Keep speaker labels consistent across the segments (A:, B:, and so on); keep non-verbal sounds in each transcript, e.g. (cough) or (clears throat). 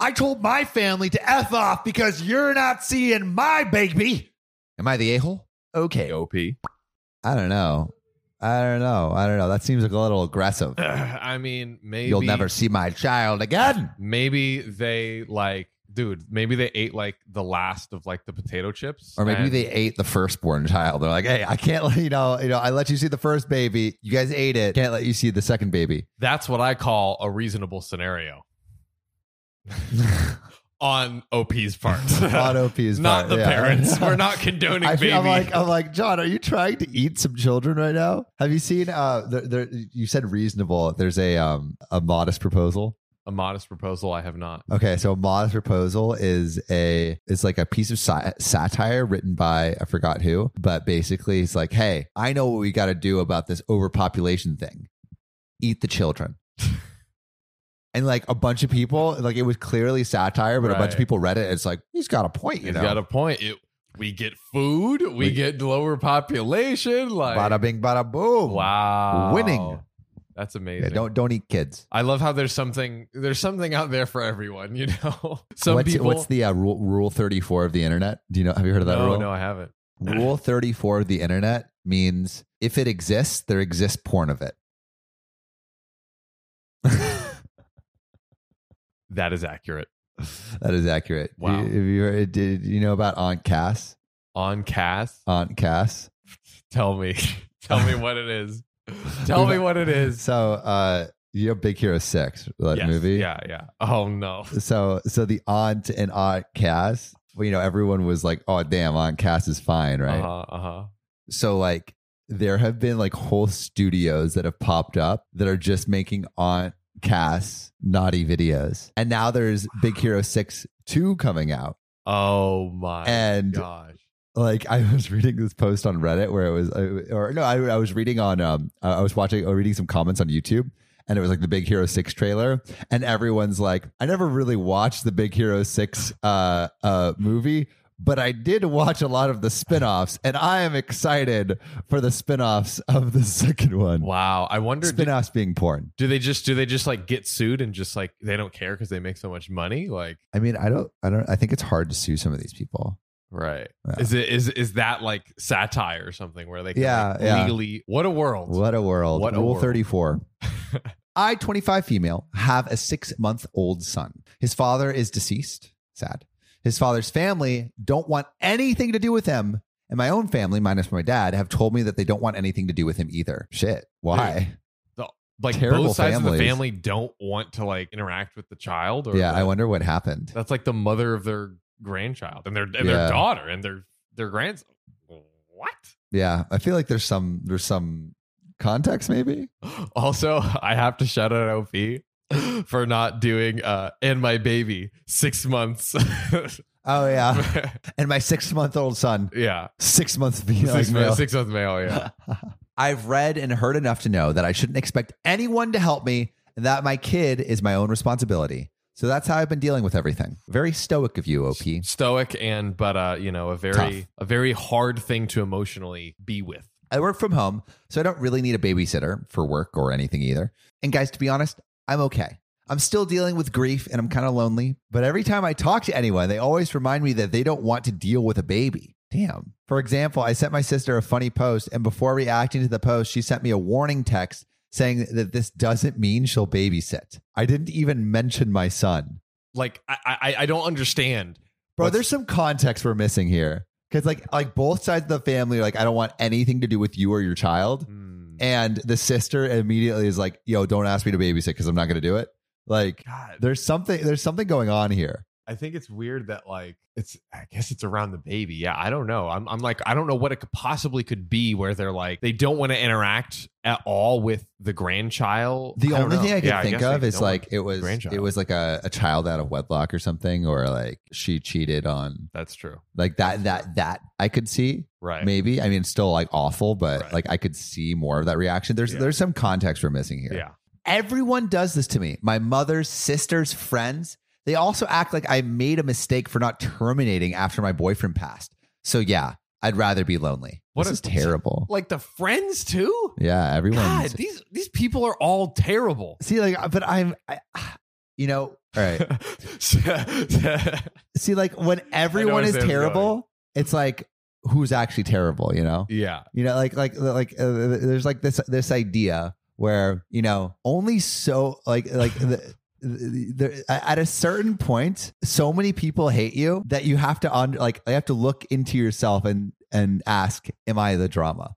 A: I told my family to F off because you're not seeing my baby. Am I the a hole? Okay.
B: OP.
A: I don't know. I don't know. I don't know. That seems like a little aggressive.
B: (clears throat) I mean, maybe
A: You'll never see my child again.
B: Maybe they like, dude. Maybe they ate like the last of like the potato chips,
A: Or maybe
B: and-
A: they ate the firstborn child. They're like, hey, I can't let you know, you know, I let you see the first baby. You guys ate it. Can't let you see the second
B: (laughs)
A: baby.
B: That's what I call a
A: (laughs)
B: reasonable scenario on OP's
A: (laughs)
B: part.
A: Auto P's
B: (laughs)
A: part,
B: not the
A: yeah. (laughs)
B: parents. We're not condoning
A: I
B: baby.
A: feel, I'm like, uh, I'm like, John, are you trying to eat some children right now? Have you seen? Uh, there, there, you said reasonable. There's a um a modest proposal.
B: a modest proposal. I have not.
A: Okay, so a modest proposal is a is like a piece of si- satire written by I forgot who, but basically it's like, hey, I know what we got to do about this overpopulation thing. Eat the children. (laughs) And like a bunch of people, like it was clearly satire, but a bunch of
B: Right.
A: people read it. It's like he's got a point, you
B: He's
A: know.
B: got a point. It, we get food. We,
A: We-
B: get lower population. Like
A: bada bing, bada boom.
B: wow,
A: Winning.
B: That's
A: Yeah,
B: amazing.
A: don't don't eat kids.
B: I love how there's something there's something out there for everyone. (laughs) You know, some
A: what's,
B: people.
A: what's the uh, rule, rule 34 of the internet? Do you know? Have you heard of that
B: no,
A: rule?
B: no, I haven't.
A: Rule 34 of the internet means if it exists, there exists porn of it. (laughs)
B: That is accurate.
A: That is accurate.
B: Wow.
A: You, if you, heard- did you know about Aunt Cass?
B: On Cass,
A: Aunt Cass.
B: tell me, (laughs) tell me what
A: (laughs)
B: it is. Tell me what it is.
A: So, uh, you know, Big Hero 6, that
B: Yes,
A: movie?
B: Yeah, yeah. Oh no.
A: So, so the aunt and Aunt Cass, well, you know, everyone was like, oh, damn, Aunt Cass is fine, right?
B: Uh-huh, uh-huh.
A: So like there have been like whole studios that have popped up that are just making Aunt Cass naughty videos. And now there's Big Hero 6 2 coming out.
B: Oh my
A: And-
B: gosh.
A: Like I was (laughs) reading this post on Reddit where it was uh, or no, I, I was reading on um I was watching or reading some comments on YouTube and it was like the Big Hero 6 trailer and everyone's like I never really watched the Big Hero 6 uh uh movie but I did watch a lot of the spin-offs and I am excited for the spin-offs of the (laughs) second one.
B: Wow. I wonder do,
A: spin-offs being porn.
B: do they just do they just like get sued and just like they don't care because they make so much money? Like
A: I mean, I don't, I don't, I think it's hard to sue some of these people.
B: right.
A: Yeah.
B: Is it is is that like satire or something where they can
A: Yeah,
B: like,
A: yeah.
B: legally what a world.
A: What a world!
B: What a
A: Rule
B: world. (laughs)
A: thirty-four. I, twenty-five female, have a six-month-old son. His father is deceased. Sad. His father's family don't want anything to do with him, and my own family, minus my dad, have told me that they don't want anything to do with him either. Shit. Why?
B: Like
A: terrible
B: both sides of the
A: families.
B: family don't want to like interact with the child or
A: Yeah,
B: the-
A: I wonder what happened.
B: that's like the mother of their grandchild and their and
A: Yeah.
B: their daughter and their their grandson. What? (gasps)
A: Yeah, I feel like there's some there's some context maybe.
B: Also, I have to shout out OP (laughs) for not doing uh and my baby six
A: (laughs)
B: months. (laughs)
A: Oh yeah, and my six-month-old son, (laughs)
B: yeah.
A: six-month female.
B: six,
A: male.
B: months six month
A: (laughs)
B: male, yeah.
A: I've read and heard enough to know that I shouldn't expect anyone to help me and that my kid is my own responsibility. So that's how I've been dealing with everything. Very stoic of you, OP.
B: Stoic and but uh, you know, a very
A: Tough.
B: a very hard thing to emotionally be with.
A: I work from home, so I don't really need a babysitter for work or anything either. And guys, to be honest, I'm okay. I'm still dealing with grief and I'm kind of lonely, but every time I talk to anyone, they always remind me that they don't want to deal with a baby. Damn. For example, I sent my sister a funny post, and before reacting to the post, she sent me a warning text saying that this doesn't mean she'll babysit. I didn't even mention my son.
B: Like I I, I don't understand.
A: Bro,
B: What's-
A: there's some context we're missing here. Cause like like both sides of the family are like, I don't want anything to do with you or your child.
B: Hmm.
A: And the sister immediately is like, "Yo, don't ask me to babysit because I'm not going to do it." Like,
B: God.
A: there's something there's something going on here.
B: I think it's weird that like it's I guess it's around the baby. Yeah, I don't know. I'm I'm like I don't know what it could possibly could be where they're like they don't want to interact at all with the grandchild.
A: The
B: I don't
A: only
B: know.
A: thing I could
B: Yeah,
A: think
B: guess they
A: of is
B: don't want-
A: like it was
B: grandchild.
A: it was like a, a child out of wedlock or something, or like she cheated on
B: that's true.
A: like that that that I could see
B: Right.
A: maybe. I mean, it's still like awful, but
B: Right.
A: like I could see more of that reaction. There's
B: Yeah.
A: there's some context we're missing here.
B: Yeah.
A: Everyone does this to me. My mother's sisters, friends. They also act like I made a mistake for not terminating after my boyfriend passed. So yeah, I'd rather be lonely.
B: What
A: this
B: a-
A: is terrible.
B: Like the friends too?
A: yeah, everyone. uh,
B: God, these these people are all terrible. (laughs)
A: See, like, but I'm, I, you know, All right. See, like when everyone
B: where
A: is
B: Sam's
A: terrible, it's like who's actually terrible, you know?
B: yeah.
A: You know, like like like uh, there's like this this idea where you know only so like like the, the, the, at a certain point, so many people hate you that you have to under like you have to look into yourself and and ask, am I the drama?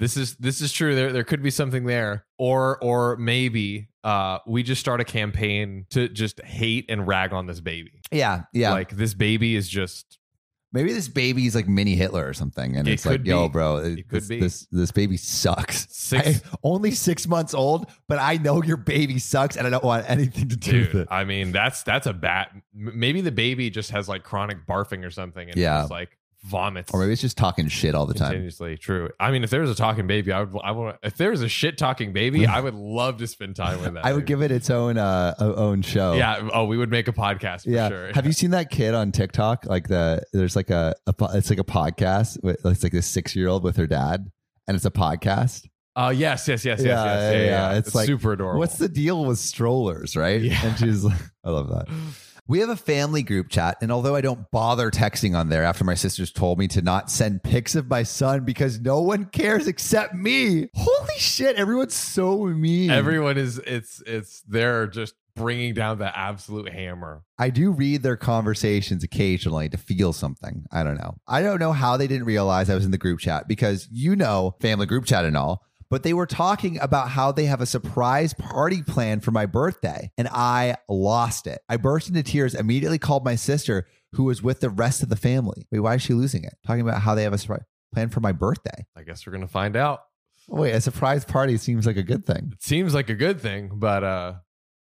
B: This is this is true. There there could be something there. Or or maybe uh we just start a campaign to just hate and rag on this baby.
A: Yeah, yeah.
B: Like this baby is just
A: Maybe this baby's like mini Hitler or something, and
B: It
A: it's like,
B: could
A: yo,
B: be.
A: bro,
B: It could
A: this,
B: be.
A: this this baby sucks. (laughs)
B: six
A: I- only six months old, but I know your baby sucks, and I don't want anything to do with
B: Dude,
A: it.
B: I mean that's that's a bat. m- Maybe the baby just has like chronic barfing or something, and
A: Yeah.
B: just like vomits
A: Or maybe it's just talking shit all the time.
B: continuously. True. I mean, if there was a talking baby, I would. I want. If there was a shit talking baby, I
A: (laughs)
B: would love to spend time with that.
A: I would
B: baby.
A: give it its own uh o- own show.
B: Yeah. Oh, we would make a podcast for
A: Yeah.
B: sure.
A: Have you seen that kid on TikTok? Like the there's like a, a po- it's like a podcast. With, it's like this six year old with her dad, and it's a podcast.
B: Uh, yes, yes, yes, yes,
A: Yeah,
B: yes.
A: yeah, yeah. It's like,
B: super adorable.
A: What's the deal with strollers, right?
B: Yeah.
A: And she's like, I love
B: (laughs)
A: that. We have a family group chat, and although I don't bother texting on there after my sisters told me to not send pics of my son because no one cares except me. Holy shit, everyone's so mean.
B: everyone is? It's it's they're just bringing down the absolute hammer.
A: I do read their conversations occasionally to feel something. I don't know. I don't know how they didn't realize I was in the group chat because you know, family group chat and all, but they were talking about how they have a surprise party plan for my birthday and I lost it. I burst into tears, immediately called my sister who was with the rest of the family. Wait, why is she losing it? Talking about how they have a surprise plan for my birthday.
B: I guess we're gonna find out.
A: Wait, a surprise party seems like a good thing.
B: It seems like a good thing, but uh,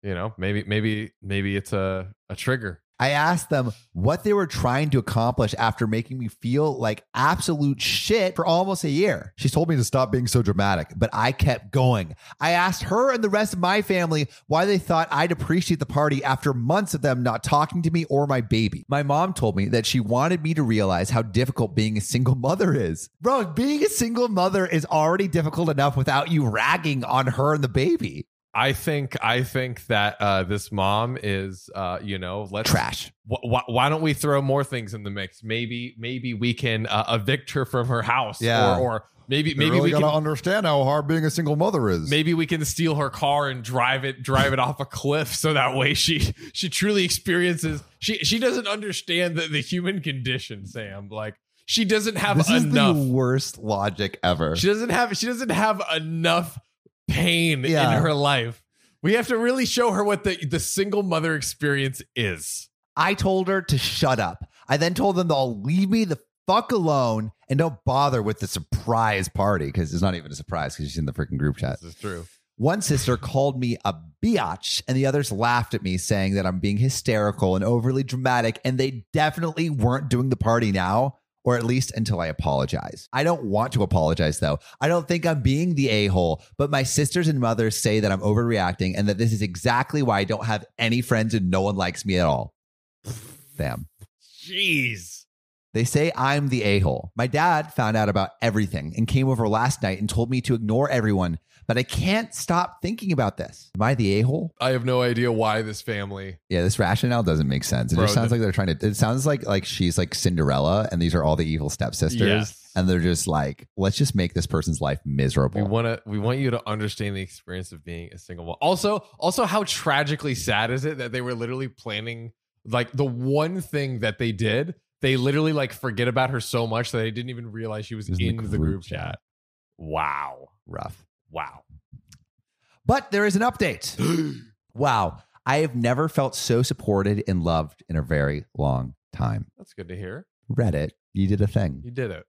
B: you know, maybe maybe maybe it's a a trigger.
A: I asked them what they were trying to accomplish after making me feel like absolute shit for almost a year. She told me to stop being so dramatic, but I kept going. I asked her and the rest of my family why they thought I'd appreciate the party after months of them not talking to me or my baby. My mom told me that she wanted me to realize how difficult being a single mother is. Bro, being a single mother is already difficult enough without you ragging on her and the baby.
B: I think I think that uh, this mom is uh, you know let's
A: Trash.
B: wh- wh- why don't we throw more things in the mix? Maybe maybe we can uh, evict her from her house,
A: Yeah.
B: or, or maybe maybe we can
A: understand how hard being a single mother is.
B: maybe we can steal her car and drive it drive it off a cliff so that way she she truly experiences she she doesn't understand the, the human condition sam like she doesn't have
A: this is
B: enough
A: the worst logic ever.
B: she doesn't have she doesn't have enough pain
A: Yeah.
B: in her life we have to really show her what the the single mother experience is
A: I told her to shut up. I then told them to all leave me the fuck alone and don't bother with the surprise party because it's not even a surprise because she's in the freaking group chat.
B: this is true
A: One sister called me a biatch, and the others laughed at me, saying that I'm being hysterical and overly dramatic, and they definitely weren't doing the party now, or at least until I apologize. I don't want to apologize, though. I don't think I'm being the a hole, but my sisters and mothers say that I'm overreacting and that this is exactly why I don't have any friends and no one likes me at all. Damn.
B: jeez
A: They say I'm the a hole. My dad found out about everything and came over last night and told me to ignore everyone, but I can't stop thinking about this. Am I the a hole?
B: i have no idea why this family
A: Yeah, this rationale doesn't make sense. It
B: Bro,
A: just sounds
B: the-
A: like they're trying to. It sounds like like she's like Cinderella, and these are all the evil stepsisters,
B: Yes.
A: and they're just like, let's just make this person's life
B: We
A: miserable.
B: want to. We want you to understand the experience of being a single mom. Also, also, how tragically sad is it that they were literally planning like the one thing that they did. They literally like forget about her so much that they didn't even realize she was
A: It was
B: in the group, chat. Wow,
A: Rough,
B: wow.
A: but there is an update.
B: (gasps) That's
A: Wow, I have never felt so supported and loved in a very long time.
B: good to hear.
A: Reddit, you did a thing.
B: You did it.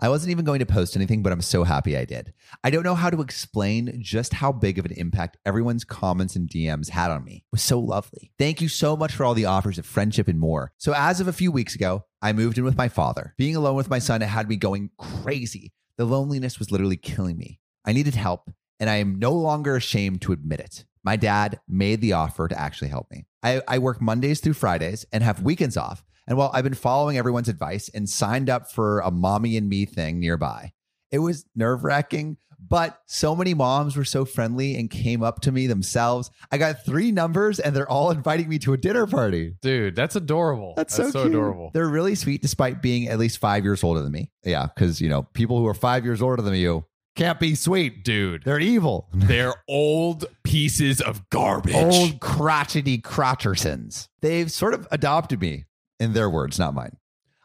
A: I wasn't even going to post anything, but I'm so happy I did. I don't know how to explain just how big of an impact everyone's comments and DMs had on me. It was so lovely. Thank you so much for all the offers of friendship and more. So, as of a few weeks ago, I moved in with my father. Being alone with my son had me going crazy. The loneliness was literally killing me. I needed help, and I am no longer ashamed to admit it. My dad made the offer to actually help me. I, I work Mondays through Fridays and have weekends off. And while I've been following everyone's advice and signed up for a mommy and me thing nearby, It was nerve wracking, but so many moms were so friendly and came up to me themselves. I got three numbers and they're all inviting me to a dinner party.
B: Dude, that's adorable.
A: That's, so, cute.
B: adorable.
A: They're really sweet despite being at least five years older than me. Yeah, because, you know, people who are five years older than you can't be sweet.
B: Dude,
A: They're evil.
B: (laughs) they're old pieces of garbage.
A: Old crotchety crotchersons. They've sort of adopted me, in their words, not mine.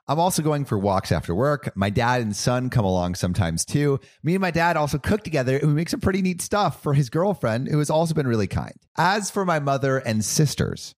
A: I'm also going for walks after work. My dad and son come along sometimes too. Me and my dad also cook together and we make some pretty neat stuff for his girlfriend, who has also been really kind. As for my mother and sisters,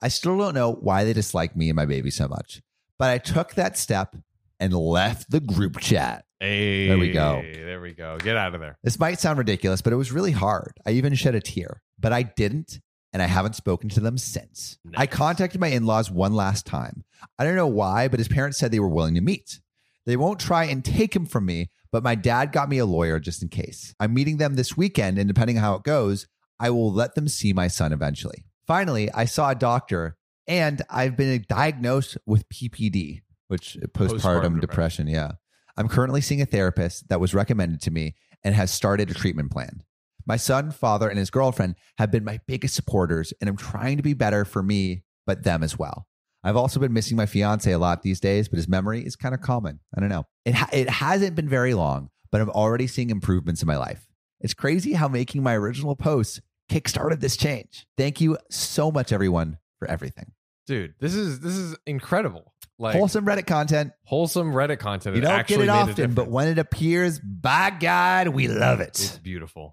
A: I still don't know why they dislike me and my baby so much, but I took that step and left the group chat.
B: Hey,
A: There we go.
B: There we go. Get out of there.
A: This might sound ridiculous, but it was really hard. I even shed a tear, but I didn't, and I haven't spoken to them since.
B: Nice.
A: I contacted my in laws one last time. I don't know why, but his parents said they were willing to meet. They won't try and take him from me, but my dad got me a lawyer just in case. I'm meeting them this weekend, and depending on how it goes, I will let them see my son eventually. Finally, I saw a doctor, and I've been diagnosed with PPD, which postpartum,
B: Postpartum
A: depression. Yeah. I'm currently seeing a therapist that was recommended to me and has started a treatment plan. My son, father, and his girlfriend have been my biggest supporters, and I'm trying to be better for me, but them as well. I've also been missing my fiance a lot these days, but his memory is kind of common. I don't know. It, ha- it hasn't been very long, but I'm already seeing improvements in my life. It's crazy how making my original posts kickstarted this change. Thank you so much, everyone, for everything.
B: Dude, this is this is incredible. Like
A: Wholesome Reddit content.
B: wholesome Reddit content.
A: You
B: that
A: don't
B: actually
A: get it
B: made a
A: often, but
B: difference.
A: when it appears, by God, we love
B: It's
A: it.
B: beautiful.